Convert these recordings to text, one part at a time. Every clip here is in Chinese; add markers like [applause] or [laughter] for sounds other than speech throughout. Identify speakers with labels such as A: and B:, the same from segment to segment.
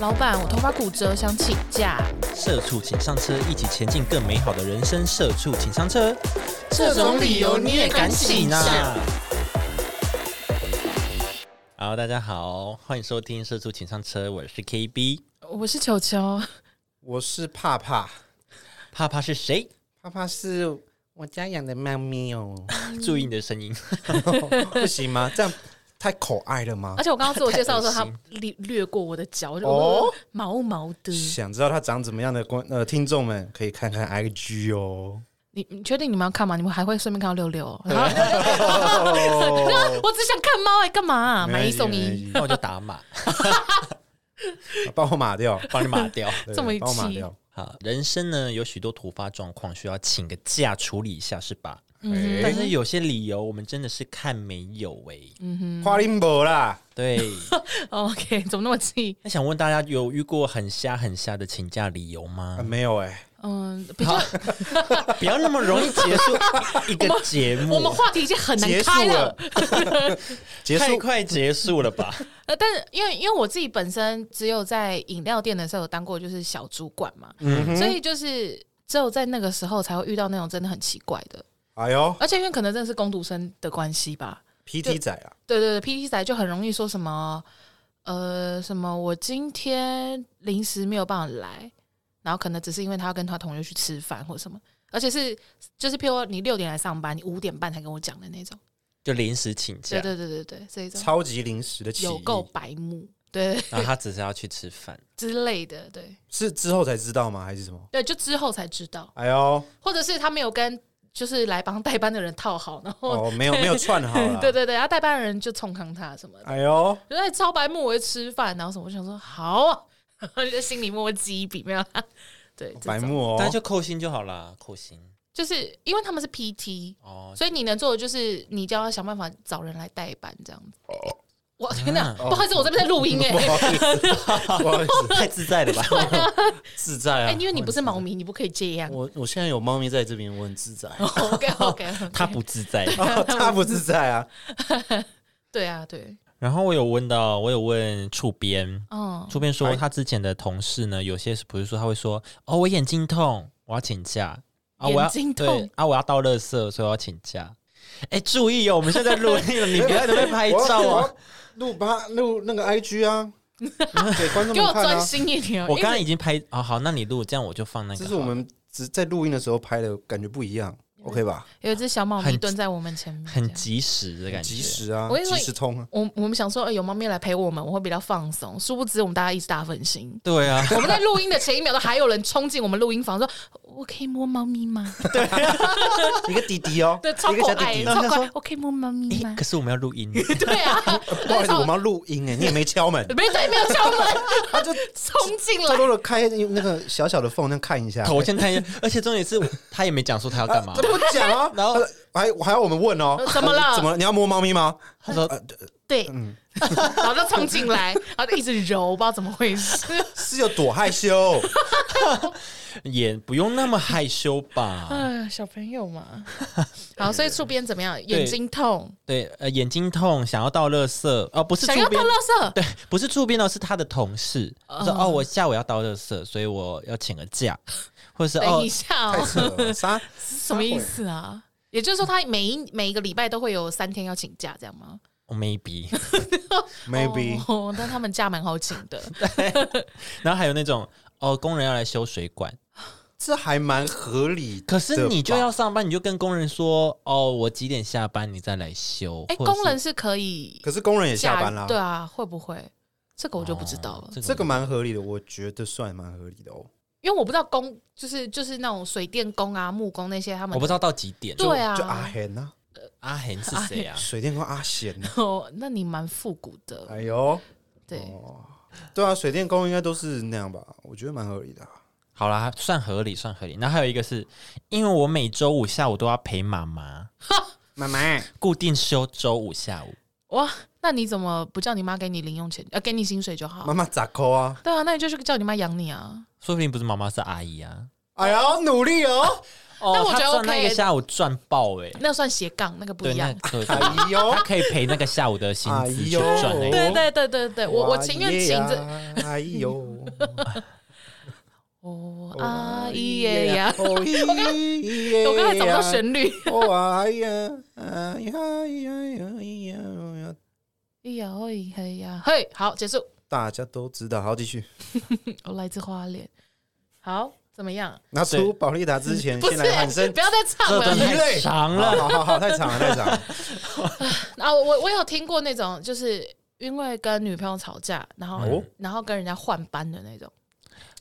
A: 老板，我头发骨折，想请假。
B: 社畜请上车，一起前进更美好的人生。社畜请上车，
A: 这种理由你也敢请啊？
B: 好，大家好，欢迎收听《社畜请上车》，我是 KB。
A: 我是球啊球，
C: 我是怕怕，
B: 怕怕是谁？
C: 怕怕是我家养的猫咪 [laughs] 哦，
B: 注意你的声音，
C: 不行吗？这样太口爱了吗
A: 而？且我刚刚自我介绍的时候， [laughs]
B: 太恶
A: 他掠掠过我的脚，我就、
C: 哦
A: 毛毛的。
C: 想知道它长怎么样的观呃听众们可以看看 IG 哦。
A: 你你确定你们要看吗？你们还会顺便看到六 [laughs] 六哦？我只想看猫哎、干嘛啊、买一送一，
C: 没
B: 那我就
A: [laughs]
B: 打码，
C: 关系，哎帮我码掉，
B: 帮你码掉。
C: 对
A: 这么一
C: 帮我码
A: 气
C: 掉。
B: 好，人生呢有许多突发状况，需要请个假处理一下，是吧？
A: 嗯
C: 哎
B: 但是有些理由我们真的是看没有诶、
A: 嗯
C: 花林博啦，
B: 对，
A: 哦 OK，怎么那么气？
B: 那想问大家，有遇过很瞎很瞎的请假理由吗
C: 啊？没有哎，
A: 嗯，比较
B: 不要那么容易结 [laughs] 束一个节目，
A: 我们话题已经很难
C: 结束
A: 开了
C: 了。， [laughs] 结
B: 太
C: 束
B: 快结束了吧？
A: 呃，但是因为因为我自己本身只有在饮料店的时候有当过就是小主管嘛，所以就是只有在那个时候才会遇到那种真的很奇怪的，
C: 哎呦
A: 而且因为可能真的是工读生的关系吧，
C: ，PT 仔啊，
A: 对对对，PT 仔就很容易说什么呃什么我今天临时没有办法来，然后可能只是因为他要跟他同学去吃饭或什么，而且是就是譬如说你六点来上班，你五点半才跟我讲的那种，
B: [laughs] 就临时请假
A: 对，对对对对，这一种
C: 超级临时的起
A: 有
C: 义，
A: 够白目，对 [laughs]
B: 然后他只是要去吃饭，
A: 之类的，对。
C: 是之后才知道吗？还是什么？
A: 对，就之后才知道，
C: 哎呦，
A: 或者是他没有跟就是来帮代班的人套好，然后、
C: 哦，没有没有串好了，
A: [laughs] 对，对对，然后代班的人就冲康他什么的，
C: 哎呦，
A: 就在超白目我会吃饭，然后什么，我想说好、啊， [laughs] 然后就在心里默默记一笔，没有啦。对，这种
C: 白目哦，
B: 但就扣薪就好啦，扣薪
A: 就是因为他们是 PT，
B: 哦。
A: 所以你能做的就是你就要想办法找人来代班这样子。
C: 哦
A: 我天
B: 啊
A: 哪，不好意思，我这边在录音哎、
C: 不好意思， [laughs] 不好意思，
B: 太自在了吧？
C: 自在
A: 哎、
C: 啊！
A: 因为你不是猫咪，你不可以这 [laughs] 样。
C: 我我现在有猫咪在这边，我很自在。
A: OK OK，
B: [laughs] 他不自在。
C: 哦， [laughs] 它不自在
A: [laughs]
C: 啊！
A: 对啊，对，
B: [laughs] 然后我有问到，我有问触边，
A: 嗯，
B: 触边说他之前的同事呢，有些是不是说他会说哦，我眼睛痛，我要请假啊，我要
A: 眼睛痛
B: 对啊，我要倒垃圾，所以我要请假。 [laughs] 哎，注意哦，我们现在在录 [laughs] 音了，你不要在那边拍照啊！！
C: 录吧，录那个
A: [laughs]
C: IG 啊，给观众
A: 给我
C: 们看
A: 专
C: 啊！
A: 心一点哦。
B: [laughs] 我刚刚已经拍哦，好，那你录，这样我就放那个好
C: 这
B: 了。
C: 是我们只在录音的时候拍的，感觉不一样，OK
A: 嗯
C: 吧？
A: 有一只小猫咪
B: 很
A: 蹲在我们前面，嗯这
B: 很
A: 样
B: 及时的感觉，
C: 及时啊
A: 我，以为
C: 及时通啊！
A: 我我们想说，呃有猫咪来陪我们，我会比较放松。殊不知，我们大家一直大分
C: [laughs]
A: 心。
B: 对 [laughs] 啊，
A: 我们在录音的前一秒都还有人冲进我们录音房说：“我可以摸猫咪吗，
C: 一个弟弟 [laughs] 哦？”
A: 对，超
C: 一个
A: 可
C: 小弟
A: 爱，
C: 弟。
A: 超可爱。我可以摸猫咪吗
C: [laughs]
A: [laughs]
B: 可？是我们要录音，
A: 对啊，，
C: 不好意思，我们要录音哎，你也没敲门
A: [laughs] 没对，没有敲门，
C: 他就
A: 冲进
C: 偷
A: 来。 [laughs]
C: 偷的开那个小小的缝，那样看一下。
B: 头先探一下，而且重点是他也没讲说他要干嘛
C: 他，不讲啊，
B: 然后
C: 还还要我们问哦，
A: 呃怎么了
C: [laughs] 怎么了？你要摸猫咪吗？呃
B: 他说
A: 对，
C: 嗯
A: 然后就冲进来，然后就一直揉，不知道怎么回
C: [laughs]
A: 事。
C: 是有多害羞？
B: 也不用那么害羞吧，
A: 哎，小朋友嘛。好，所以触边怎么样？眼睛痛，
B: 对，呃，眼睛痛，想要倒垃圾，哦，不是
A: 想要
B: 助
A: 倒
B: 边，
A: 垃圾。
B: 对，不是助边哦，是他的同事他说哦，我下午要倒垃圾，所以我要请个
A: [laughs]
B: 假，或者是
A: 等
B: 哦
A: 一，下
C: 太
A: 哦，
C: 扯了，啥？
A: 什么意思啊？也就是说，他每一每一个礼拜都会有三天要请假，这样吗
B: 哦 maybe， [laughs]
C: Maybe，、
A: 哦，但他们假蛮好请的，
B: 然后还有那种哦，工人要来修水管，
C: 这还蛮合理的吧。
B: 可是你就要上班，你就跟工人说哦，我几点下班，你再来修，
A: 哎、
B: 或者是
A: 工人是可以
C: 可是工人也下班啦，
A: 假对啊，会不会？这个我就不知道了，
B: 哦这
C: 这
B: 个
C: 个蛮合理的，我觉得算蛮合理的哦。
A: 因为我不知道工就是就是那种水电工啊、木工那些他们
B: 我不知道到几点，
A: 对啊
C: 就哎阿贤呐、
B: 阿恒是谁啊？
C: 水电工阿贤啊呐、
A: 哦，那你蛮复古的，
C: [laughs] 哎呦，
A: 对，
C: 对啊，水电工应该都是那样吧？我觉得蛮合理的啊、
B: 好啦，算合理，算合理。那还有一个是，因为我每周五下午都要陪妈妈，
C: 妈妈，
B: 固定休周五下午。
A: 哇，那你怎么不叫你妈给你零用钱，呃，给你薪水就好
C: 妈？妈咋抠啊？
A: 对啊，那你就是叫你妈养你啊，
B: 说不定不是妈妈是阿姨啊，
C: 哎呦，努力哦！
B: 哦
A: 但我觉得
B: 他赚那
A: OK 欸
B: 个下午赚爆哎，
A: 那算斜杠，那个不
B: 对，
A: 一
B: 那
A: 样。
B: 可以，
C: 哎呦
B: 他，可以赔那个下午的薪资去赚欸那
C: 哎
B: 个。
C: 呦
A: 对啊对对对对， [laughs] 我我情愿请这
C: 这，哎呦，
A: [laughs]
C: 哎
A: 哦啊咿耶呀，
C: 哦咿耶
A: [laughs]
C: 呀，
A: 我刚才找不到旋律，
C: 哦哎呀，哎呀哎呀哎呀哎呀，
A: 咿呀哦咿嘿呀，嘿，好，结束。 [laughs]
C: 大家都知道，好继续。
A: 我来自花莲，好，怎么样？
C: 拿出宝利达之前，
A: 不
C: 先
A: 是，
C: 来喊声
A: [laughs] 不。要再唱
B: 这段
A: 了。 [laughs]
B: 太长
C: 好
B: 了，
C: 好好好，太长了，太长了。
A: 然后啊我我有听过那种，就是因为跟女朋友吵架，然后、
C: 哦
A: 然后跟人家换班的那种。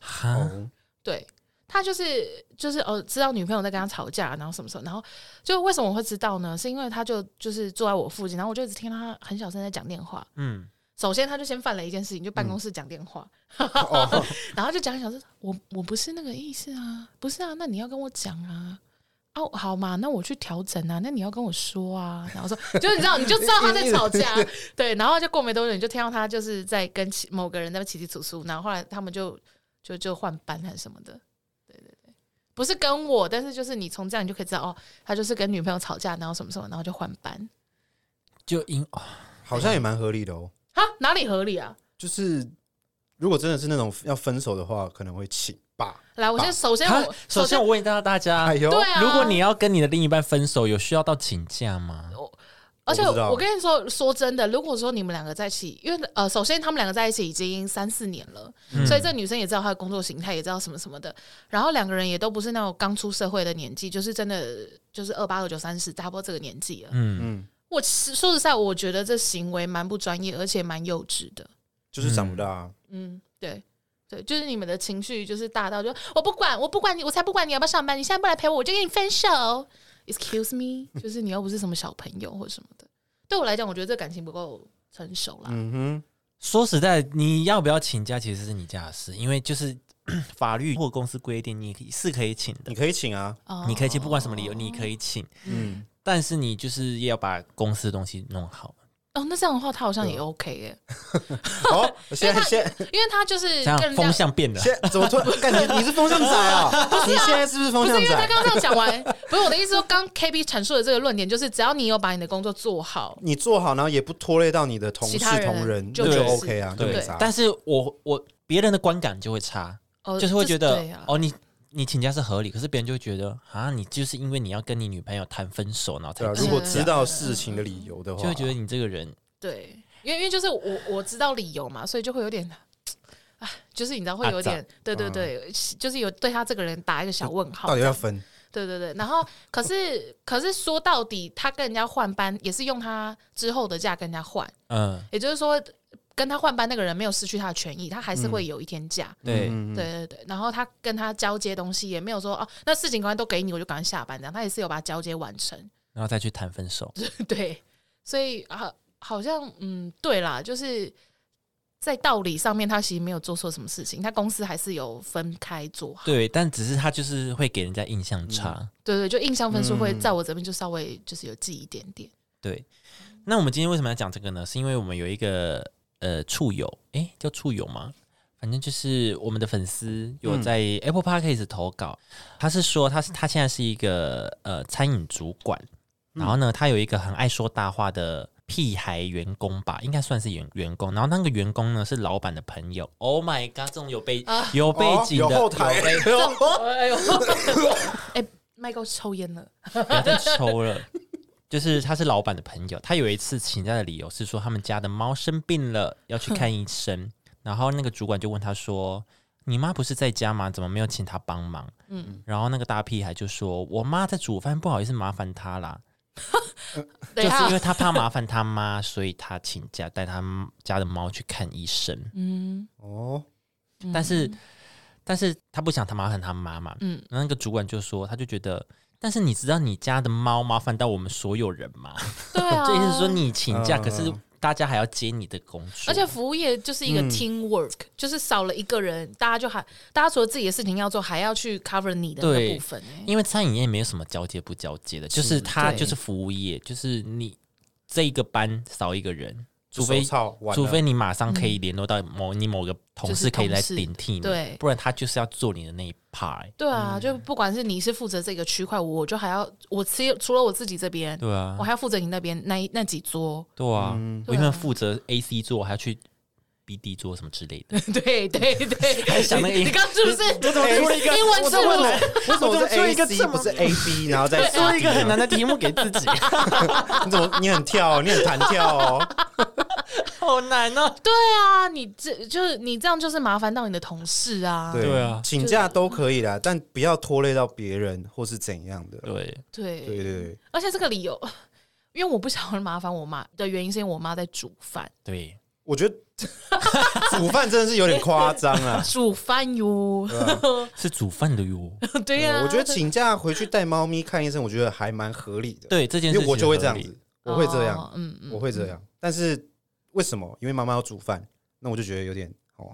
B: 哈，
C: 哦
A: 对他就是就是哦，知道女朋友在跟他吵架，然后什么时候，然后就为什么我会知道呢？是因为他就就是坐在我附近，然后我就一直听到他很小声在讲电话。
B: 嗯，
A: 首先，他就先犯了一件事情，就办公室讲电话，
C: 哦，
A: [laughs] 然后就讲一讲说，我我不是那个意思啊，不是啊，那你要跟我讲啊。哦，好嘛，那我去调整啊，那你要跟我说啊，然后说，就你知道，你就知道他在吵架，对，然后就过没多久，你就听到他就是在跟其某个人在起起楚楚，然后后来他们就就就换班还是什么的，对对对，不是跟我，但是就是你从这样你就可以知道，哦，他就是跟女朋友吵架，然后什么什么，然后就换班，
B: 就因哦
C: 好像也蛮合理的哦。
A: 哈，哪里合理啊？
C: 就是如果真的是那种要分手的话，可能会请吧。
A: 来，我先首先
B: 哈
A: 我
B: 首先我问一下大家
C: 哎，呦，
A: 对啊，
B: 如果你要跟你的另一半分手，有需要到请假吗？
A: 而且
C: 我不知道
A: 我跟你说，说真的，如果说你们两个在一起，因为呃，首先他们两个在一起已经三四年了，
C: 嗯
A: 所以这女生也知道她的工作形态，也知道什么什么的。然后两个人也都不是那种刚出社会的年纪，就是真的就是二八二九三十，差不多这个年纪了。
B: 嗯，
C: 嗯，
A: 我其实说实在，我觉得这行为蛮不专业，而且蛮幼稚的。
C: 就是长不大啊。
A: 嗯，对。对，就是你们的情绪就是大到就我不管，我不管你，我才不管你要不要上班，你现在不来陪我，我就跟你分手。Excuse
B: [laughs]
A: me，就是你又不是什么小朋友或什么的。对我来讲，我觉得这感情不够成熟啦。
C: 嗯
B: 说实在，你要不要请假其实是你家的事，因为就是 [coughs] 法律或公司规定你是可以请
C: 哼，
B: 的，
C: 你可以请啊。
A: 哦
B: 嗯你可以请，不管什么理由你可以请，
C: 嗯，
B: 但是你就是要把公司的东西弄好。
A: 哦，那这样的话，他好像
B: 啊
A: 也 OK 耶，
C: 好，现在现在
A: 因为他就是
B: 这
A: 跟
B: 样
A: 人家
B: 风。向变了，
C: 现在怎么突然？干你你是风向仔啊？你现在是不是
A: 不
C: 风
A: 是因
C: 向
A: 为他
B: 啊
C: 仔？
A: 刚刚这样讲
B: [laughs]
A: 完，不是我的意思说，刚 KB 阐述的这个论点就是，只要你有把你的工作做好，
C: 你做好，然后也不拖累到你的同
A: 其
C: 事
A: 他人
C: 同仁，
A: 就
C: 那就是 OK 啊，就
B: 对
C: 没啥。
B: 但是我我别人的观感就会差，
A: 哦，
B: 就是会觉得
A: 对啊，
B: 哦你。你请假是合理，可是别人就会觉得啊，你就是因为你要跟你女朋友谈分手，然后才
C: 对啊，
B: 请
C: 如果
A: 嗯
C: 知道事情的理由的话，
B: 就会觉得你这个人
A: 对，因为因为就是我我知道理由嘛，所以就会有点，哎，就是你知道会有点，对对对，就是有对他这个人打一个小问号
C: 嗯到底，要分
A: 对对对。然后可是可是说到底，他跟人家换班也是用他之后的假跟人家换，
B: 嗯，
A: 也就是说跟他换班那个人没有失去他的权益，他还是会有一天假。
B: 对，
C: 嗯，
A: 对对对，然后他跟他交接东西也没有说哦，那事情赶快都给你，我就赶快下班这样，他也是有把它交接完成。
B: 然后再去谈分
A: [laughs]
B: 手。
A: 对，所以啊，好像嗯，对啦，就是在道理上面，他其实没有做错什么事情，他公司还是有分开做好。
B: 对，但只是他就是会给人家印象差。
A: 对对，就印象分数会
C: 嗯
A: 在我这边就稍微就是有记一点点。
B: 对，那我们今天为什么要讲这个呢？是因为我们有一个呃处友，诶，叫处友吗？反正就是我们的粉丝
C: 嗯
B: 有在 Apple Podcast 投稿，他是说他是他现在是一个呃餐饮主管，然
C: 嗯
B: 后呢，他有一个很爱说大话的屁孩员工吧，应该算是员员工。然后那个员工呢是老板的朋友。Oh my god，这种有背、
A: 啊
B: 有背景的、
C: 哦有后台
B: 有背，
A: 哎呦，哎，Michael 抽烟了，
B: 不要再抽了。就是他是老板的朋友，他有一次请假的理由是说他们家的猫生病了，要去看医生。然后那个主管就问他说：“你妈不是在家吗？怎么没有请她帮忙？”嗯，然后那个大屁孩就说：“我妈在煮饭，不好意思麻烦她啦，就
A: 等一
B: 是因
A: 下
B: 为，他怕麻烦他妈，所以他请假带他家的猫去看医生。
A: 嗯，
C: 哦，
A: 嗯
B: 但是，但是他不想他麻烦他妈妈。 [laughs]
A: 嗯，
B: 然后那个主管就说，他就觉得，但是你知道你家的猫麻烦到我们所有人吗？
A: 对啊，
B: 就意思是说你请假，
C: 嗯
B: 可是大家还要接你的工作，
A: 而且服务业就是一个
C: 嗯
A: team work，、就是少了一个人，大家就还大家除了自己的事情要做，还要去 cover 你的那个
B: 对
A: 部分、欸。
B: 因为餐饮业没有什么交接不交接的，就是他
A: 对
B: 就是服务业，就是你这一个班少一个人，除非
C: 手操完了
B: 除非你马上可以联络到某、你某个
A: 嗯
B: 同
A: 就是
B: 事可以来
A: 同事
B: 顶替你，
A: 对
B: 不然他就是要做你的那一 part，欸、
A: 对啊，就不管是你是负责这个区块，我就还要我除除了我自己这边，
B: 对啊
A: 我，还要负责你那边那一那几桌，
B: 对啊，我
A: 对啊
B: 原本负责 A C 做，还要去 B D 做什么之类 [laughs] 的，
A: 对对对，
B: 还想那个
A: [laughs] 你刚是不是？
B: 哎怎么出了一
C: 哎
B: 个
A: 英文字
B: 我怎么
A: 母？
C: 为什么是
B: 我怎么做
C: A
B: 一个
C: C
B: 这么
C: 不是 A B，然后再
B: 做一个
C: C 呢
B: 很难的哦题目给自 [laughs] 己，
C: 你怎么你很跳哦，你很弹跳哦，
B: 好难哦。
A: 对啊，你这就是你这样就是麻烦到你的同事啊。
B: [laughs] 对啊
C: 请假都可以啦，但不要拖累到别人或是怎样的。
B: 对，
A: 对
C: 对对对，
A: 而且这个理由， [laughs] 因为我不想要麻烦我妈的原因，是因为我妈在煮饭，
B: 对，[laughs]
C: 我觉得煮饭真的是有点夸张啊。
A: 煮饭哟。
C: 对啊
B: 是煮饭的哟。 [laughs]
A: [laughs] 对呀、
C: 我觉得请假回去带猫咪看医生，我觉得还蛮合理的。，
B: 对这件
C: 因
B: 事
C: 为
B: 情
C: 我就会这
B: 合
C: 样
B: 理
C: 子，我会这样，
A: 哦嗯嗯，
C: 我会这样。但是为什么？因为妈妈要煮饭，那我就觉得有点哦，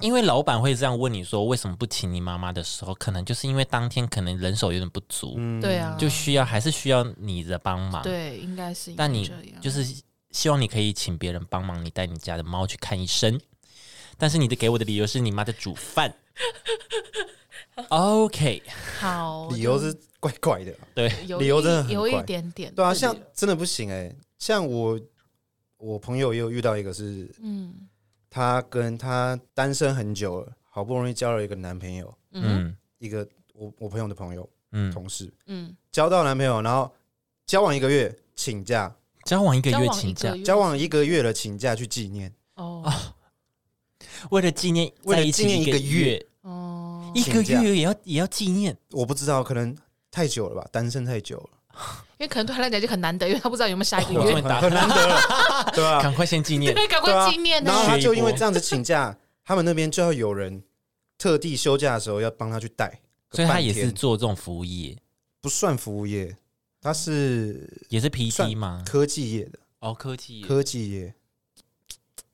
B: 因为老板会这样问你说为什么不请你妈妈的时候，可能就是因为当天可能人手有点不足，
C: 嗯，
A: 对啊，
B: 就需要还是需要你的帮忙。，
A: 对，应该是应该
B: 但你
A: 这样
B: 就是希望你可以请别人帮忙，你带你家的猫去看医生。但是你的给我的理由是你妈在煮
A: [laughs]
B: 饭。OK，
A: 好
C: 嗯理由是怪怪的啊。
B: 对，
A: 有
C: 理由真的
A: 一
C: 很
A: 有一
C: 怪
A: 点点
C: 对啊，
A: 这
C: 像
A: 理由
C: 真的不行哎、像我我朋友也有遇到一个是，
A: 嗯
C: 她跟她单身很久了，好不容易交了一个男朋友，
A: 嗯
B: 嗯
C: 一个我我朋友的朋友
B: 嗯，
C: 同事
A: 嗯，
C: 交到男朋友，然后交往一个月请假，
B: 交往一个
A: 交
B: 月
A: 往一
B: 请假
A: 个，月
C: 交往啊一个月了请假去纪念，
A: 哦
B: 为了纪念
C: 为了
B: 在一
C: 纪
B: 起
C: 念一
B: 个
C: 个
B: 月，
A: 哦，
B: 一个
C: 请假
B: 月也要也要纪念。
C: 我不知道可能太久了吧，单身太久了，
A: 因为可能对他来讲就很难得，因为他不知道有没有下一个
B: 我
A: 月 [laughs]
B: 终于，打
C: [laughs] 很难得了，对吧、啊？
B: 赶快先纪
C: [laughs]
B: 念。
A: 对，赶
C: 对啊
A: 快纪念呢
C: 然。后她就
B: 学一
C: 因
B: 波
C: 为这样子请
A: [laughs]
C: 假，他们那边就要有人特地休假的时候要帮她去
A: [laughs]
C: 带个半天，
B: 所以他也是做这种服务业，
C: 不算服务业，他是
B: 也是
C: 算
B: PT 吗？
C: 科技业的，
B: 哦，科技业
C: 科技业，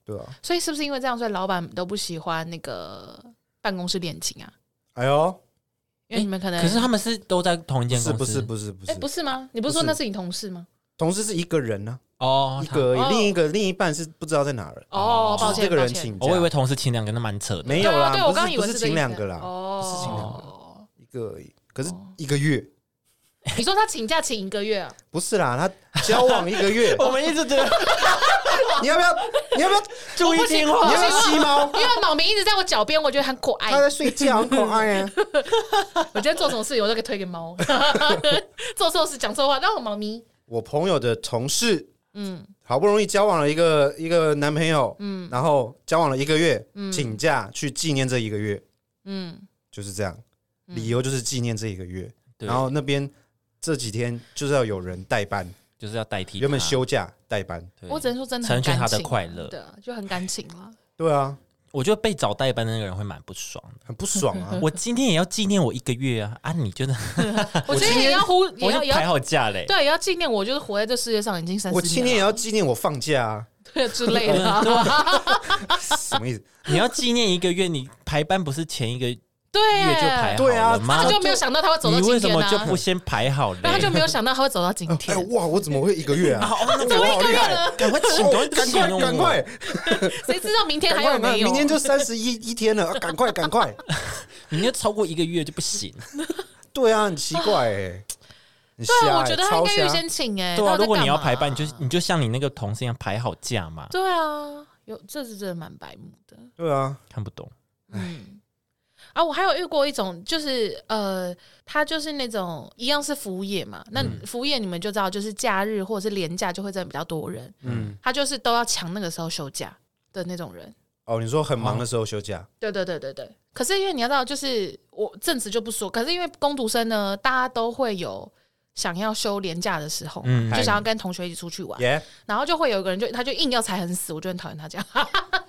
C: 对啊，
A: 所以是不是因为这样，所以老板都不喜欢那个办公室恋情啊？
C: 哎呦，
A: 因为你们可能
B: 可是他们是都在同一
C: 不
B: 间
C: 是
B: 公司，
C: 不是不是不
A: 哎
C: 是，
A: 不是吗？你不是说
C: 不是
A: 那是你同事吗？
C: 同事是一个人呢、
B: 哦
C: 啊，一，
B: 他
C: 个而已
A: 哦
C: 另一个另一半是不知道在哪了，
A: 哦
B: 哦，
A: 抱
C: 是
A: 歉，
C: 这个人
A: 抱歉
C: 请假，
B: 哦我以为同事请两个，那蛮扯的。，
C: 没有
A: 对
C: 啦，
A: 啊，对我
C: 不是
A: 刚刚以为
C: 不
A: 这
C: 是
A: 个
C: 请
A: 意思
C: 两个啦，
A: 哦，
C: 不是请两
A: 个。
C: 一个而已，可是
A: 哦
C: 一个月
A: 你说他请假请一个月
C: [laughs]
A: 啊？
C: 不是啦，他交往一
A: [laughs]
C: 个月
B: 我们一直觉 [laughs] 得
C: 你要不要你要不要
B: 注意听话
C: 你要不要吸猫？
A: 因为毛明一直在我脚边，我觉得很可爱
C: 他。在睡觉，很可爱啊！
A: 我觉得做什么事情我都可以推给猫， [laughs] 做错事讲错话，让我猫咪。
C: 我朋友的同事
A: 嗯
C: 好不容易交往了一个一个男朋友，嗯，然后交往了一个月，请假去纪念这一个月，
A: 嗯，
C: 就是这样，理由就是纪念这一个月。
B: 对
C: 然后那边这几天就是要有人代班，
B: 就是要代替他
C: 原本，休假代班，
B: 对
A: 我只能说真的
B: 成
A: 很
B: 全
A: 感
B: 他的
A: 情啊，
B: 快乐
A: 对啊，就很感情
B: [laughs]
A: 了。
C: 对啊，
B: 我觉得被找代班的那个人会蛮不爽的。。
C: 很不爽
A: [laughs]
C: 啊
B: 我今天也要纪念我一个月啊！啊，你就是
A: 我今天也要呼，也
B: 我
A: 要
B: 已
A: 也
B: 经排
A: 要
B: 好假嘞。
A: 对，啊也要纪念我，就是活在这世界上已经三
C: 我
A: 十
C: 今
A: 年
C: 天也
A: 了
C: 要纪念我放假啊，
A: 对 [laughs] 之类
B: 嗯
A: 的啊。
C: 什么意思？
B: 你要纪念一个月，你排班不是前一个月
A: 对
B: 就排好
C: 对啊
B: 了吗
A: 他？就没有想到他会走到
B: 你
A: 今
B: 为什
A: 天
B: 么就
A: 啊
B: 不，先排好嘞？
A: 然后他就没有想到他会走到今 [laughs]
C: 哎
A: 天。
C: 哇，我怎么会一
A: [laughs]
C: 个月啊？
A: 怎么一个月了？
B: 赶快请，赶
C: 哦赶
B: 快
C: 快
B: 请
C: 赶快！
A: 谁知道明 [laughs] 天还
B: 哎
C: 赶
A: 有
C: 快！
A: 没有？
C: 明天就三十一一天了，啊赶快赶快！
B: 你要超过一个月就不行。
C: 对啊，很奇怪
A: [sighs]
C: 哎，
A: 对
C: 很瞎
A: 啊，我
C: 欸
A: 觉得他
C: 超
A: 应该预
C: 瞎
A: 先请哎。
B: 对啊，
A: 到底在
B: 如果你要
A: 干嘛
B: 排班，你就你就像你那个同事一样排好假嘛。
A: 对啊，有这是真的蛮白目的。
C: 对啊，
B: 看不懂，
A: 嗯，啊，我还有遇过一种，就是呃，他就是那种一样是服务业嘛，那
C: 嗯
A: 服务业你们就知道，就是假日或者是连假就会真的比较多人，
C: 嗯，
A: 他就是都要抢那个时候休假的那种人。
C: 哦，你说很忙的时候休假，
A: 对对对对对。可是因为你要知道，就是我正职就不说，可是因为工读生呢，大家都会有想要休连假的时候，
B: 嗯
A: 就想要跟同学一起出去玩，
B: 啊
C: 耶，
A: 然后就会有一个人就他就硬要踩很死，我就很讨厌他这样。
C: 哦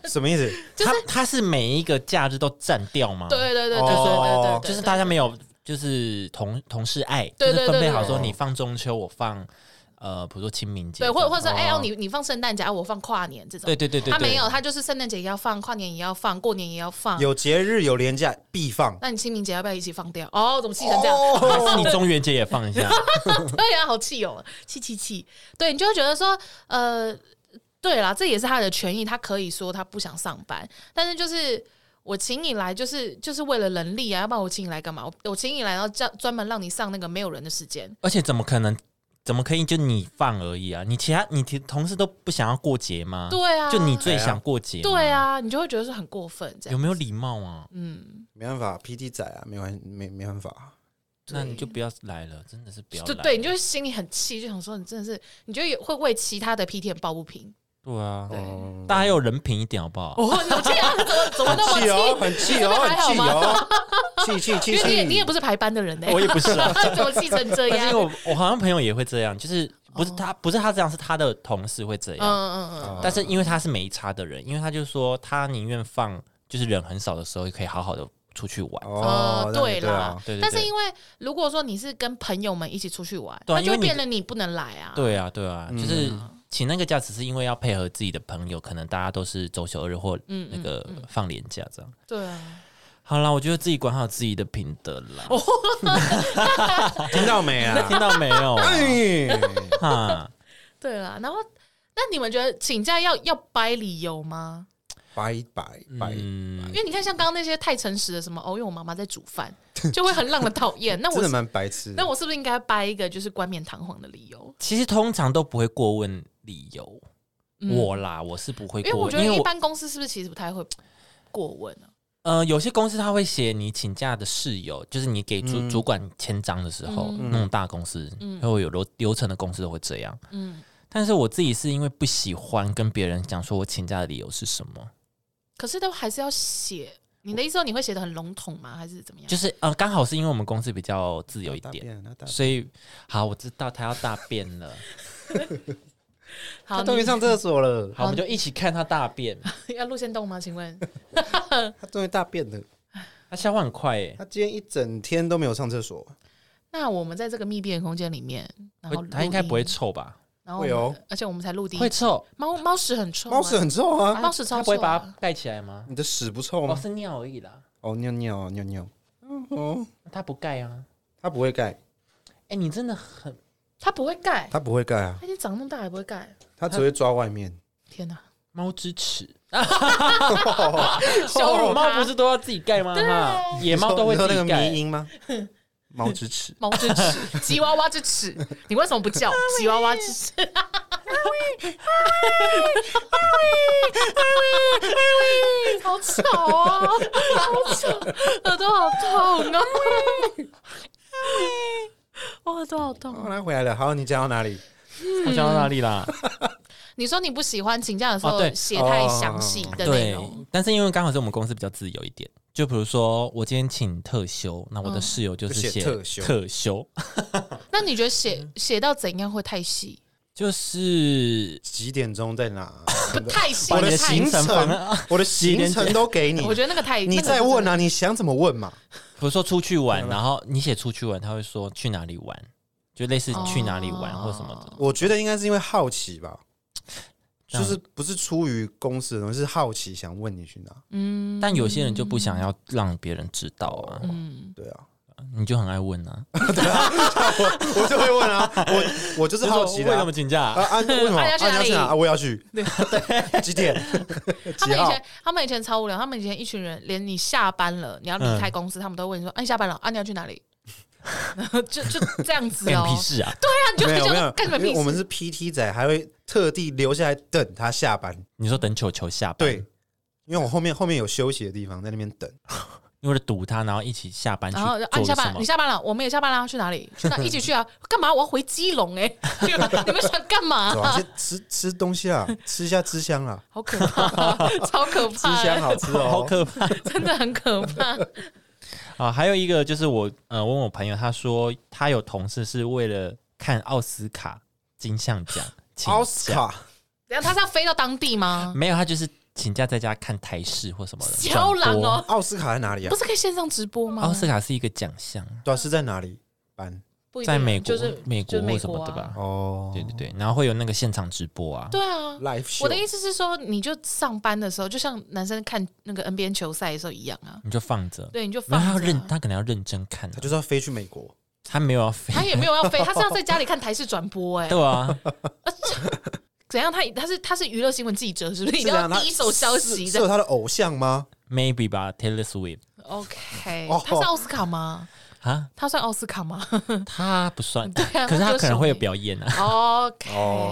C: 什么意思？
B: 他他是每一个假日都占掉吗？
A: 对，对对对对
C: 哦
A: 对对，
B: 就是
A: 对
B: 大家没有就是同同事爱，就
A: 对
B: 是
A: 对
B: 分配
A: 对
B: 好
A: 对
B: 说
C: 对
B: 你放中秋，我放呃，比如说清明
A: 对，
B: 节这样，
A: 或者或者是哎、
C: 哦
A: 哦你你放圣诞节，啊我放跨年这种。
B: 对对对对，
A: 他
B: 对
A: 没有，，他就是圣诞节也要放，跨年也要放，过年也要放。
C: 有节日有年假必放，哦
A: 那你清明节要不要一起放掉？哦，怎么气成这样？ [laughs] 啊
B: 还是你中元节也放一下，
A: 对呀、好气哦，气气气！对，你就会觉得说，呃，对啦，这也是他的权益，他可以说他不想上班，但是就是我请你来，就是就是为了人力啊，要不然我请你来干嘛？我我请你来，然后专专门让你上那个没有人的时间，
B: 而且怎么可能？怎么可以就你放而已啊？你其他你同事都不想要过节吗？
A: 对啊，
B: 就你最想过节。
A: 对，啊，你就会觉得是很过分这
B: 有
A: 样。
B: 没有礼貌啊？
A: 嗯，
C: 没办法，P D 仔啊，没完没没办法，
B: 那你就不要来了，真的是不要来
A: 就
B: 了。
A: 对，你就心里很气，就想说你真的是，你就也会为其他的 PT 抱不平。
B: 对啊，
A: 对，
C: 嗯，
B: 大家要人品一点好不好？
A: 哦，你怎么这样？怎么怎么那么
C: 气哦，
A: 气？
C: 很气
A: 你这
C: 哦，
A: 边还好
C: 很气哦，气气气
A: 因为你也
C: 气，
A: 你也不是排班的人呢、
B: 我也不是啊，
A: [laughs] 怎么气成这
B: 但是因为
A: 样？
B: 我我好像朋友也会这样，就是不是他不是他这样，是他的同事会这
A: 嗯
B: 样。
A: 嗯哦嗯嗯，
B: 但是因为他是没差的人，因为他就说他宁愿放就是人很少的时候，也可以好好的出去玩。
C: 哦，
A: 呃
C: 那也
A: 对啦
C: 啊
B: 对对
A: 但是
B: 对
A: 因为如果说你是跟朋友们一起出去玩，
B: 对啊
A: 那就
B: 因为
A: 会
B: 你
A: 变得你不能来啊。
B: 对啊，对啊，
C: 嗯
B: 就是请那个假，只是因为要配合自己的朋友，可能大家都是周休二日或
A: 嗯
B: 那个放年假这样。
A: 对啊，
B: 好啦，我觉得自己管好自己的品德啦。
A: 哦
C: 听到
A: [laughs]
C: 没啊？
B: 听到没有啊？
C: 哎，
B: 哈，
A: 对啦。然后，那你们觉得请假要要掰理由吗？
C: 拜拜
A: [laughs]
C: 拜，
B: 嗯
A: 因，为你看，像刚刚那些太诚实的，什么哦，因为我妈妈在煮
B: [laughs]
A: 饭，就会很让人讨厌。那
C: 真
A: 我
C: 的
A: 是
C: 蛮白痴的。
A: 那我是不是应该掰一个就是冠冕堂皇的理由？
B: 其实通常都不会过问理由。
A: 嗯
B: 我啦，我是不会
A: 因为
B: 过
A: 我
B: 问，
A: 觉
B: 因
A: 得
B: 为
A: 一
B: 我
A: 般公司是不是其实不太会过问啊？
B: 呃，有些公司他会写你请假的事由，就是你给主、
C: 嗯
B: 主管签章的时候，
A: 嗯
B: 那种大公司，
A: 嗯
B: 还会有流流程的公司都会这样。
A: 嗯，
B: 但是我自己是因为不喜欢跟别人讲说我请假的理由是什么，
A: 可是都还是要写。你的意思说你会写的很笼统吗？还是怎么样？
B: 就是呃，刚好是因为我们公司比较自由一
C: 大
B: 点，
C: 便啊，大便
B: 所以好，我知道他要大便
A: [laughs]
B: 了，
A: 好，
C: 他终于
A: 你
C: 上厕所了，
B: 好，我们就一起看他大便，
A: [laughs] 要路线动吗？请问？ [laughs]
C: 他终于大便了。
B: 他消化很快
A: [laughs]
B: 耶，
C: 他今天一整天都没有上厕所，
A: 那我们在这个密闭的空间里面，然后
B: 会他应该不会
A: 录音，
B: 臭吧？
A: 然后
C: 会哦
A: 我们而且我们才录第一
B: 会，臭，
A: 猫猫屎很臭啊，
C: 猫屎很臭啊，
A: 猫屎超臭啊
B: 他不会把它盖起来吗？
C: 你的屎不臭
B: 哦，
C: 吗？
B: 是尿而已啦，
C: 哦，尿尿尿尿，
B: 他不盖啊。
C: 他不会盖，
B: 哎，你真的很
A: 它不会盖，
C: 他不会盖啊，
A: 它已经长那么大也不会盖，
C: 他只会抓外面。
A: 天哪！
B: 猫之 [laughs] 齿。
A: 羞 [laughs] 辱
B: 猫
A: 它
B: 不是都要自己盖吗？
A: 啊
B: 哈，野猫都会
C: 你说
B: 自
C: 那个
B: 己盖
C: 迷。
B: [laughs]
C: 音吗？猫之齿，
A: 猫之齿，吉娃娃之齿，你为什么不叫吉娃娃之齿？好吵哦，好吵，耳朵好痛哦，我耳朵好
C: 哦，
A: 痛。
C: 他回来了。好，你讲到哪里？
A: 嗯
B: 我讲到哪里啦？
A: 你说你不喜欢请假的时
B: 哦
A: 候
B: 对
A: 写太详细的内
B: 对
A: 容，，
B: 但是因为刚好是我们公司比较自由一点，就比如说我今天请特休，那我的室友就是
C: 就写
B: 嗯写
C: 特休
B: 特休
A: 那你觉得写写到怎样会太细？
B: 就是
C: 几点钟
B: [laughs]
C: 在哪？
A: 不太细，
B: 把你
A: 太
B: 的
A: 细
B: 行程方案，
C: 我的
B: 几
C: 行
B: 点
C: 程都给你
A: 我，觉得那个太那
C: 你
A: 个
C: 再
A: 真的
C: 问啊？你想怎么问嘛？
B: 比如说出去玩，然后你写出去玩，他会说去哪里玩，就类似去哪里
A: 哦
B: 玩或什么的。
C: 我觉得应该是因为好奇吧，
B: 这
C: 就
B: 样
C: 是不是出于公司的东西，是好奇想问你去哪。
A: 嗯
B: 但有些人就不想要让别人知道啊，
A: 嗯
C: 对啊，
B: 你就很爱问啊，
C: 我就会问啊，我我就是好奇
B: 为
C: 的
B: 什
C: 啊
B: 么请假
C: 啊？？啊为什么？
A: 啊
C: 啊
A: 要去
C: 你要去哪？
A: 哪里
C: 啊我也
A: [laughs]
C: 要去。几点？
A: 他
C: 几
A: 们以
C: 号？
A: 前，他们以前超无聊。他们以前一群人，连你下班了，你要离开公司，他们都会问你说：“啊，你下班了，啊，你要去哪里？” [laughs] 就就这样子
B: 干 [laughs]
A: 哦
B: 你，屁事啊！
A: 对啊，你
C: 没
A: 就
C: 有
A: 会
C: 没
A: 觉得
C: 有
A: 干什么，
C: 因
A: 屁
C: 为
A: 事？
C: 我们是 PT 仔，还会特地留下来等他下
A: 嗯
C: 班。
B: 你说等球球下班，
C: 对，因为我后面后面有休息的地方，在那边等。
B: 因为堵他，然后一起下班去
A: 然后就啊，
B: 做
A: 你下
B: 个什
A: 班，
B: 么
A: 你？下班了，我们也下班了，去哪里？去哪？一起去啊？ [laughs] 干嘛？我要回基隆哎、欸！ [laughs] 去吧你们想干嘛
B: [laughs]
C: 走？啊，先吃吃东西
A: [laughs]
C: 啊，吃一下芝香啊，
A: 好可怕、 [laughs] 超可
C: 芝
A: 怕、
C: 香好吃
A: [laughs]
B: 好
C: 哦。
B: 可怕 [laughs]
A: 真的很可怕。
B: 啊！还有一个就是我呃问我朋友，他说他有同事是为了看奥斯卡金像奖请
C: 奥斯
B: 假，
C: 卡，
A: 然后他是要飞到当地吗？
B: 没有他就是请假在家看台式或什么的。
A: 肖
B: 转
A: 郎
B: 播，
A: 哦，
C: 奥斯卡在哪里啊
A: 不？是可以线上直播吗？
B: 奥斯卡是一个奖项，
C: 对啊，是在哪里办？
A: 不一定啊
B: 在美国，
A: 就是
B: 美
A: 就
B: 国
A: 是美
B: 或什么
A: 啊
B: 的吧？
C: 哦，
B: 对对对，然后会有那个现场直播啊。
A: 对啊，
C: ，live show。
A: 我的意思是说，你就上班的时候，就像男生看那个 NBA 球赛的时候一样啊。
B: 你就放着，
A: 对，你就
B: 然
A: 放
B: 后他要
A: 着啊
B: 认，他可能要认真看啊
C: 他，就是要飞去美
A: [laughs]
C: 国，
B: 他没有要飞，
C: [laughs]
A: 他也没有要飞，他是要在家里看台视转播哎、
B: 对啊，
A: 怎样？他他是他是娱乐新闻记者，是不是？一
C: 是
A: 定
C: 怎
A: 要
C: 样？他
A: 第一手消息这
C: 是是
A: 样
C: 有他的偶像吗？
B: [laughs] maybe 吧，Taylor Swift
A: OK，
C: 哦
A: 他是奥斯卡吗？
B: 啊，
A: 他算奥斯卡
C: [laughs]
A: 吗
B: 他不算，
A: 对啊
B: [laughs] 可是
A: 那
B: 他
A: 就
B: 可能会有
A: 是
B: 表演啊
A: ？OK，、
C: 哦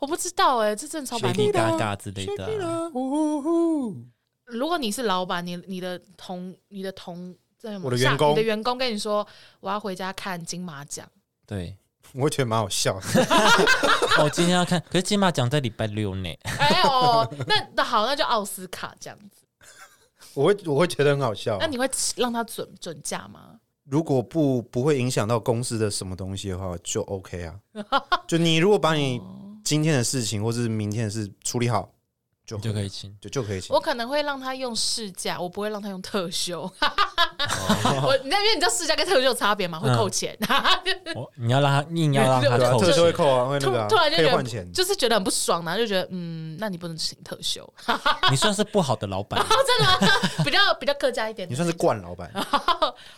A: 我不知道哎、这真的超白
B: ，Lady
A: 目。
B: Gaga 之类的
A: 嗯
B: 啊。
C: 呼呼呼
A: 如果你是老板，你你的同你的同这
C: 我的员工
A: 你的员工跟你说我要回家看金马奖，
B: 对，
C: 我会觉得蛮好笑的。
B: 我今天要看，可是金马奖在礼拜六呢。
A: 哎哦，那那好，那就奥斯卡这样子。
C: 我会我会觉得很
A: [laughs]
C: 好笑。
A: 那你会让他准准假吗？
C: 如果不不会影响到公司的什么东西的话，就 OK 啊。 [laughs] 就你如果把你今天的事情或是明天的事处理好， [laughs] 就
B: 就可
C: 以
B: 以请。
C: 就就可以请
A: 我。可能会让他用事假，我不会让他用特休。
C: 哦
A: [laughs] 我你知道因为你知道事假跟特休有差别嘛，
C: 嗯
A: 会扣钱。 [laughs]
B: 我你要让他，硬要让他 [laughs]
C: [laughs] 对啊，
B: 扣
C: 特休会
B: 钱，
C: 扣啊，会那
A: 突
C: 个啊
A: 突然就
C: 可以
A: 觉
C: 换
A: 得
C: 钱。
A: 就是觉得很不爽，然后就觉得嗯，那你不能请特休， [laughs] 哦
B: 你算是不好的老板。啊
C: [laughs]
A: 比较比较客家一点
C: 你。算是惯
A: [laughs]
C: 老板，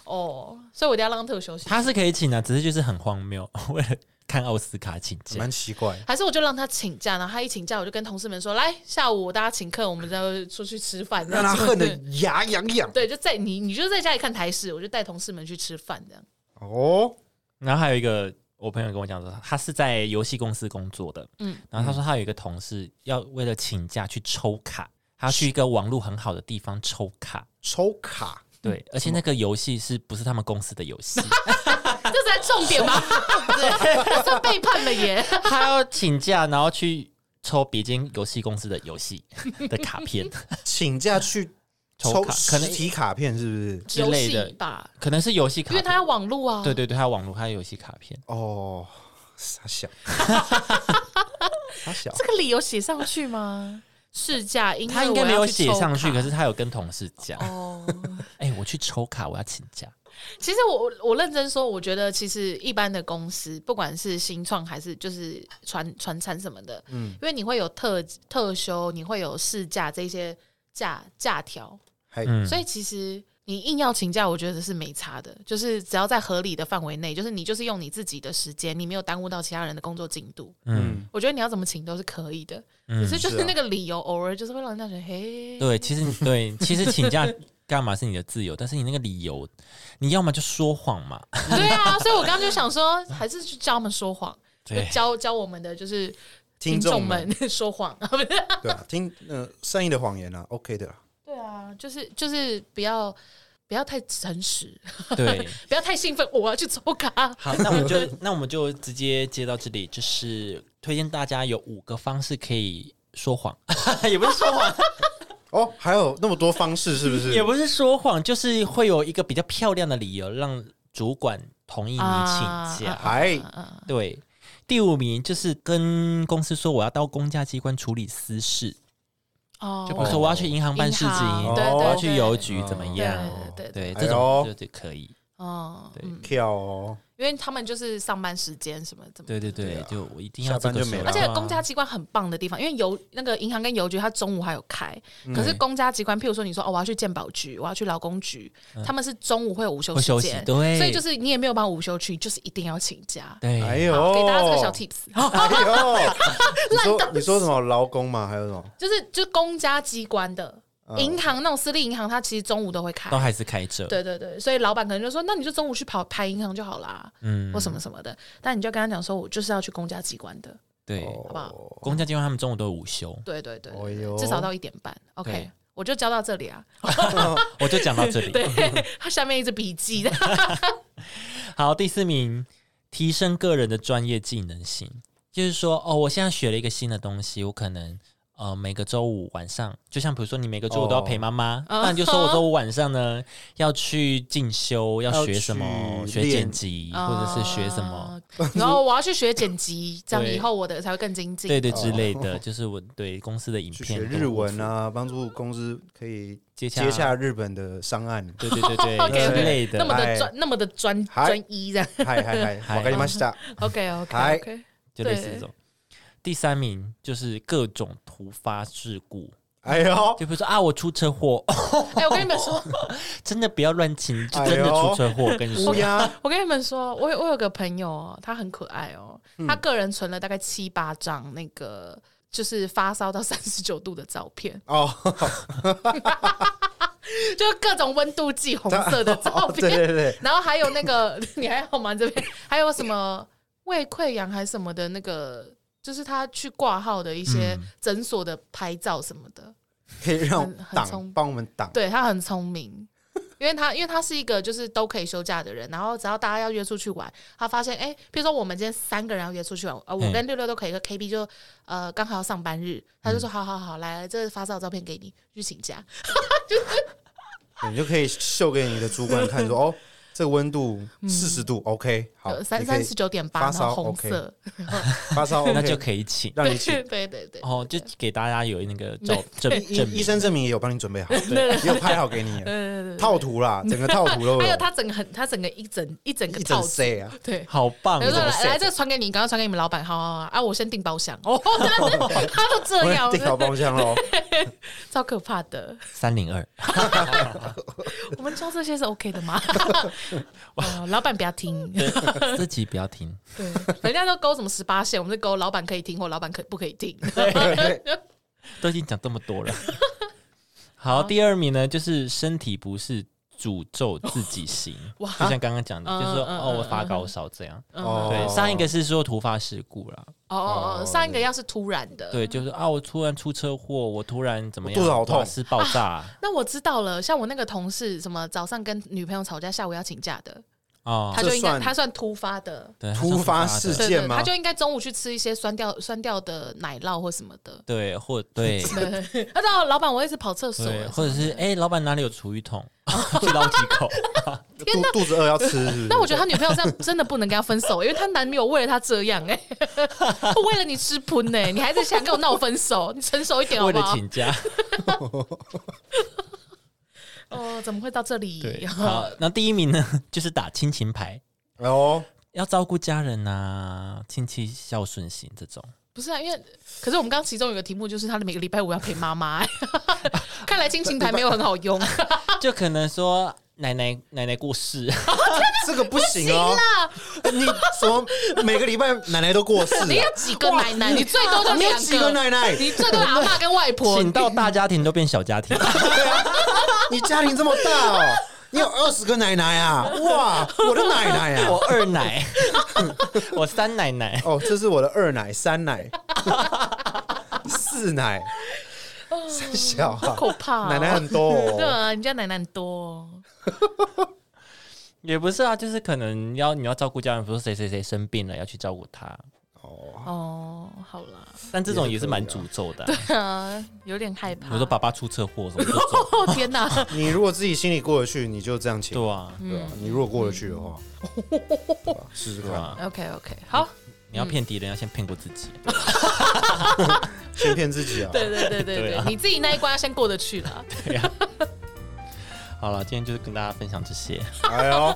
A: 哦，所以我一定要让特休息。
B: 他是可以请的，只是就是很荒谬， [laughs] 为了看奥斯卡请假
C: 蛮。奇
A: [laughs]
C: 怪。
A: 还是我就让他请假，然后他一请假，我就跟同事们说，来下午大家请客，我们再出去吃饭。
C: 让他恨得
A: 对
C: 牙痒
A: [laughs]
C: 痒
A: 对，就在你你就在家里看台视，我就带同事们去吃饭这样。 [laughs]
C: 哦，
B: 然后还有一个，我朋友跟我讲说，他是在游戏公司工作的，
A: 嗯
B: 嗯，然后他说他有一个同事要为了请假去抽卡，他要去一个网络很好的地方抽卡。
C: 抽卡
A: 嗯
B: 对，而且那个游戏是不是他们公司的游戏？
A: 这才重点
C: [laughs]
A: 吧？ [laughs] 对，算背叛了耶！
B: 他要请假，然后去抽别间游戏公司的游戏的卡
A: [laughs]
B: 片
C: 请假去
B: 抽
C: 抽
B: 卡
C: 实
B: 可能
C: 体卡片是不
A: [laughs]
C: 是？
B: 之
A: 游
B: 类
A: 戏
B: 的，
A: 吧，
B: 可能是游戏卡
A: 因为
B: 片。
A: 他要网路啊。
B: 对对对，他有网络，他有游戏卡片。
C: 哦，傻
A: [laughs]
C: 小，傻小
A: 这，个理由写上去吗？试驾，因为
B: 他应该没有写上去，
A: 我要抽卡
B: 可是他有跟同事讲，
A: 哦。
B: 哎、我去抽卡，我要请假。
A: 其实我我我认真说，我觉得其实一般的公司，不管是新创还是就是传传产什么的，嗯，因为你会有特特休，你会有试驾这些假假条，
C: 还
B: 嗯，
A: 所以其实你硬要请假，我觉得是没差的，就是只要在合理的范围内，就是你就是用你自己的时间，你没有耽误到其他人的工作进度。
B: 嗯，
A: 我觉得你要怎么请都是可以的，
B: 嗯
A: 只是就是是
C: 啊
A: 那个理由偶尔就是会让人家觉得嘿，
B: 对，其实你对，其实请假干嘛是你的自由，但是你那个理由，你要么就说谎嘛，
A: 对啊，所以我刚刚就想说， [laughs] 还是去教他们说谎，就
B: [laughs] 对
A: 教教我们的就是
C: 听众们
A: 们 [laughs] 说谎，不是？
C: 对啊，听呃善意的谎言啊，OK 的啦。
A: 对啊，就是就是不要不要太诚实， [laughs]
B: 对。
A: 不要太兴奋，我要去抽卡。
B: 好，那我们就那我们就直接接到这里，就是推荐大家有五个方式可以说谎， [laughs] 也不是说谎，
C: 哦，还有那么多方式，是不
B: [laughs]
C: 是？
B: 也不是说谎，就是会有一个比较漂亮的理由让主管同意你
A: 啊
B: 请假。
A: 啊
C: 还
A: 嗯
B: 对，第五名就是跟公司说我要到公家机关处理私事，
A: 哦，
B: 就比如说我要去银行办事
A: 银行
B: 情，
A: 对
C: 哦对
B: 我要去
A: 对
B: 邮局怎么
A: 对
B: 样？
A: 对对，
B: 对，这
C: 哎呦
B: 种就就可以。
A: 哦，
B: 对
A: 嗯，
C: 跳哦，
A: 因为他们就是上班时间什么怎么。
B: 对对对，
C: 对啊
B: 就我一定要
C: 下班
B: 这个
C: 就
B: 时候
C: 没了
A: 而且
B: 啊
A: 公家机关很棒的地方，因为邮那个银行跟邮局，它中午还有开。
B: 嗯
A: 可是公家机关，譬如说你说哦，我要去健保局，我要去劳工局，他们是中午会有午休
B: 嗯会休
A: 时
B: 息
A: 间，
B: 对
A: 所以就是你也没有办法午休去，就是一定要请假。
C: 哎
B: 对，哦啊
C: 呦，
A: 好，给大家这个
C: [laughs]
A: 小 tips，
C: 哎呦，
A: [laughs]
C: 你说你说什么劳工嘛，还有什么？
A: 就是就是公家机关的
B: 嗯
A: 银行那种私立银行，它其实中午都会开
B: 都。还是开着。
A: 对对对，所以老板可能就说，那你就中午去跑排银行就好啦，
B: 嗯
A: 或，什么什么的。但你就跟他讲说，我就是要去公家机关的，
B: 对，
C: 哦
A: 好不好？
B: 公家机关他们中午都有午休，
A: 对对对，
C: 哎呦
A: 至少到一点半。OK，
B: 哦对
A: 我就教到这里啊。
B: 我就讲到
A: [laughs]
B: 这里。
A: 对，他下面一直笔记的。
B: 好，第四名，提升个人的专业技能型，就是说，哦，我现在学了一个新的东西，我可能。呃，每个周五晚上，就像比如说你每个周五都要陪妈妈，
A: 哦
B: 那、你就说我周五晚上呢要去进修，要
C: 要
B: 学什么，
C: 去
B: 学
C: 练
B: 剪辑或者是学什么，
A: 哦？然后我要去学剪辑，这样
B: 对
A: 以后我的才会更精进。
B: 对对之类的，就是我对公司的影
C: 哦去
B: 片
C: 学日文，啊，帮助公司可以
B: 接洽
C: 接下日本的商案。
B: 对对对
A: [laughs]
B: 对
A: OK，OK
B: 之类的。
A: 那么的
C: 哎
A: 专，那么的专
C: 嗨
A: 专一这样。
C: 嗨嗨嗨，
B: 嗨
C: わかり
A: 嗯
C: ました。
A: OK OK
C: 嗨
A: OK，
B: 就类似这种。第三名就是各种突发事故，
C: 哎呦，
B: 就比如说啊，我出车祸，
A: 哎，我跟你们说，
B: 真的不要乱请，就
C: 哎呦
B: 真的出车祸。我跟你说
C: [laughs] 乌，鸦
A: [laughs] 我跟你们说，
C: 嗯
A: 我有我有个朋友哦，他很可爱哦，他个人存了大概七八张那个就是发烧到三十九度的照片，
C: 哦，
A: 就是各种温度计红色的照
C: 哦对对
A: 片，
C: 对，
A: 然后还有那个 [laughs] 你还好吗？这边还有什么胃溃疡还是什么的那个，就是他去挂号的一些
C: 嗯
A: 诊所的拍照什么的。
C: 可以让
A: 很很聪
C: 挡
A: 明
C: 帮我们挡，
A: 对他很聪明，因为他因为他是一个就是都可以休假的人，然后只要大家要约出去玩，他发现哎，诶譬如说我们今天三个人要约出去玩，呃，我
B: 嗯
A: 跟六六都可以，可 KB 就呃刚好要上班日，
C: 嗯
A: 他就说好好好，来这发照照片给你去请假，
C: 你就可以秀给你的主管看，说哦，这个温度四十度，OK，好，
A: 嗯呃三
C: 你可
A: 三
C: 以
A: 十九点八，
C: 发
A: 然后
C: 烧
A: 红
C: OK
A: 色，
C: 发
A: [laughs]
C: 烧
B: 那就
C: OK，
B: 可以请
C: 让你请
A: 对。对对对，
B: 哦，就给大家有那个照证
C: [laughs] 医
B: 证明
C: 医生证明也有帮你准备好，也有拍好给你
A: [laughs] 对对对
C: 套
A: [laughs]
C: 图啦，整个套图都
A: 还有他整个很他整个一整一整个
C: 一
A: 套
C: 整
A: 组
C: C 啊，
A: 对。
B: 好棒
A: 比如说
B: 哦！
A: 来，来这个传给你，刚刚传给你们老板，好好好啊！我先订包厢哦，他都
C: 我
A: 这样，
C: [laughs] 订好包厢喽。
A: 超可怕的。
B: 三零
C: [laughs]
B: 二，
A: 我们教这些是 OK 的吗？哦，老板不要听，
B: 自己不要听。
A: 对，人家都勾什么十八线，我们是勾老板可以听或老板可不可以听。
B: 都已经讲这么多
C: [laughs]
B: 了。好，第二名呢，就是身体不适，诅咒自己
C: [laughs]
B: 型。
A: 哇
B: 就像刚刚讲的，
A: 嗯
B: 就是说
A: 嗯
B: 哦，
A: 嗯
B: 我发高烧这样。
C: 哦，
B: 对，上一个是说突发事故啦，
A: 哦哦哦，上一个要是突然的，
B: 对，就是啊，我突然出车祸，我突然怎么样，
C: 我肚子好痛啊
B: 瓦斯爆炸
A: 那我知道了。像我那个同事，什么早上跟女朋友吵架，下午要请假的，
B: 哦
A: 他，就应该
C: 这算
A: 他算突发的，
B: 对，
C: 突发事
B: 件，
A: 对
C: 件
A: 对，
C: 吗
A: 他就应该中午去吃一些酸掉酸掉的奶酪或什么的。
B: 对，或对
A: [laughs] 他知道老板我一直跑厕所，
B: 对，或者是哎，老板哪里有厨余桶， [laughs] 去捞几口。
C: 肚肚子饿要吃，是不是
A: 那我觉得他女朋友这样真的不能跟他分手，因为他男朋友为了他这样哎、我为了你吃喷呢、你还是想跟我闹分手，你 [laughs] 成熟一点好
B: 为
A: 不
B: 了
A: 好？
B: 请假，
A: 哦，怎么会到这里
B: [laughs] 对，？ [laughs] 好，那第一名呢， [laughs] 就是打亲情牌，
C: 哎
A: 哦
C: 呦，
B: 要照顾家人呐、亲戚孝顺型这种。
A: 不是啊，因为可是我们刚刚其中有个题目就是他的每个礼拜五要陪妈妈、欸， [laughs] 看来亲情牌没有很好用，
B: 就可能说奶奶奶奶过世， [laughs]
C: 这个不行哦！你什么每个礼拜奶奶都过世啊，
A: 你要几个奶奶，你最多就
C: 你有
A: 两
C: 几个奶奶？
A: 你最多阿妈跟外婆，
B: 请到大家庭都变小家 [laughs] 庭，
C: 对啊，你家庭这么大哦，你有二十个奶奶啊！哇，我的奶奶
A: [laughs]
C: 啊
B: [laughs] 我！二奶，我三奶奶，
C: 哦，这是我的二奶、三奶、四奶，
A: 哦
C: 三小
A: [laughs]
C: [laughs] 啊，
A: 好可怕哦
C: 奶奶很多
A: 对
C: 哦。
A: 啊，你家奶奶很多哦、
B: 也不是啊，就是可能要你要照顾家人，比如说谁谁谁生病了要去照顾他，
C: 哦
A: 哦。好啦， [laughs]
B: 但这种也是蛮诅咒的啊、
A: 对啊，有点害怕。
B: 比如说爸爸出车祸什么这 [laughs] 种，
A: [laughs] 哦天哪！ [laughs]
C: 你如果自己心里过得去，你就这样请，
B: 对啊，
C: 对吧？你如果过得去的话，
A: 嗯
C: [laughs] 对吧试试
B: 对
C: 看，
B: 啊，
A: OK OK，好，
B: 你要骗敌人要先骗过自己，
C: 先骗自己啊。
A: 对对对对
B: 对
A: 对
B: 啊，
A: 你自己那一关要先过得去
C: [laughs]
A: 了。
B: [laughs] 对啊。好了，今天就是跟大家分享这些
C: 哎呦，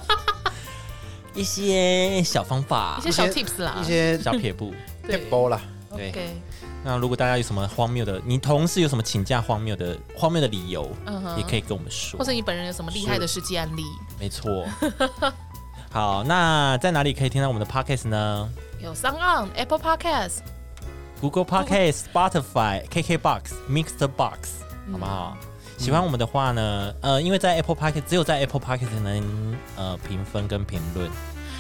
B: 一些小方法
A: 一、些小
C: 一些
A: tips 啦
C: 一，些
B: [laughs] 小撇步。
A: 对
C: t 包啦，
B: 对
A: OK，
B: 那如果大家有什么荒谬的，你同事有什么请假荒谬的荒谬的理由，
A: 嗯哼
B: 也可以跟我们说
A: 或。是你本人有什么厉害的实际案例？
B: 没错。好，那在哪里可以听到我们的 podcast 呢
A: 有 s o n Apple Podcast，
B: ？Google Podcast、Spotify、KKBox、Mixer Box，好不好？喜欢我们的话呢，呃，因为在 Apple Podcast 只有在 Apple Podcast 能呃评分跟评论，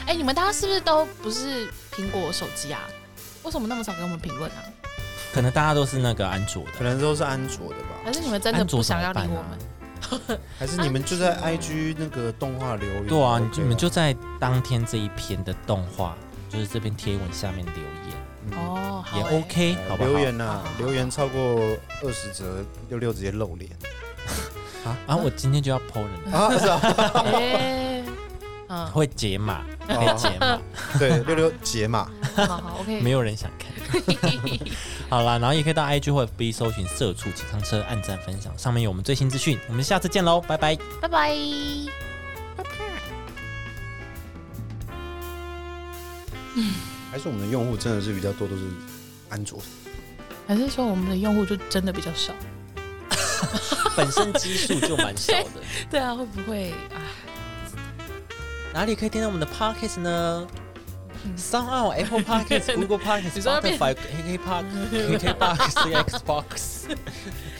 A: 哎，你们大家是不是都不是苹果手机啊？为什么那么少给我们评论啊？
B: 可能大家都是那个安卓
C: 可
B: 的，
C: 能都是安卓的吧
A: 还？是你们真的
B: 安
A: 不
B: 卓怎
A: 想要
B: 么
A: 理
B: 办
A: 我
B: 啊
A: 们？？
C: 还是你们就在 IG 那个动画留言？
B: 对啊，你
C: OK
B: 就你们就在当天这一篇的动画，就是这篇贴文下面留言
A: 哦，好
B: 啊也
A: 欸
B: OK，好不好？
C: 留言呐、啊
A: 好好
C: 留言超过二十则，六六直接露脸
B: 啊啊！我今天就要 PO 了
C: [laughs]
B: 呢，
C: 啊！是啊，
A: 哎，嗯，
B: 会解码，可以解
A: 哦
B: 码，
C: 对，六六解码，
A: 好好 OK，
B: [laughs] 没有人想
A: [laughs]
B: 看。好啦，然后也可以到 IG 或 FB 搜寻“社畜请上车”，按赞分享，上面有我们最新资讯。我们下次见喽，拜
A: [laughs]
B: 拜。
A: 拜拜。
C: 还是我们的用户真的是比较多都是安卓
A: 还是说我们的用户就真的比较少？
B: 本身基数就蛮少的，
A: [laughs] 对啊，会不会啊？
B: 哪里可以听到我们的 Podcast 呢？上岸 Apple
A: [laughs]
B: Podcast、Google Podcast、
A: 嗯你说要变
B: Spotify、KK Park、KK Park、Xbox。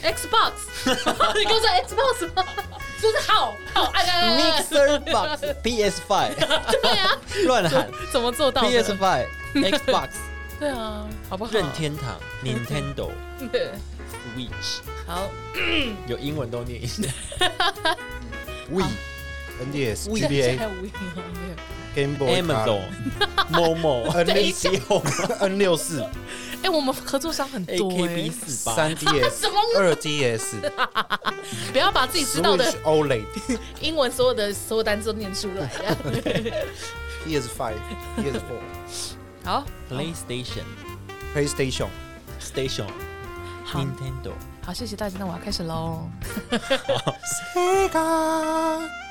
A: Xbox，你 [laughs] 跟我说 Xbox 吗？是不是好好哎按按按按？
B: Mixer Box、PS
A: [laughs]
B: Five，
A: 对啊，
B: 乱
A: [laughs]
B: 喊
A: 怎怎么做到的？ [laughs]
B: PS Five、Xbox、
A: 对啊，好不好？
B: 任天
A: [laughs]
B: 堂、Nintendo、
A: 对，
B: Switch，
A: 好，
B: 有英文都念
A: [laughs]
B: 一下。
C: We
A: 啊
C: NDS
A: 这这 [laughs]
C: GBA
A: 还有无印啊对
C: Game Boy Color
B: Amazon、Momo、
A: [laughs]
C: N
A: 等一下
C: N 六四
A: 哎，我们合作商很多
B: AKB
A: 哎，
B: 四八。
C: 三
A: [laughs]
C: DS
A: 什么
C: 二 DS
A: 哎不要把 [laughs] 自己知道的
C: Switch OLED
A: 英文所有的所有单字都念出来。啊 [laughs]
C: PS Five PS Four
A: 好，
B: PlayStation、
C: PlayStation
B: Station、
A: 好
B: Nintendo。
A: 好，谢谢大家，那我要开始喽。
C: Sega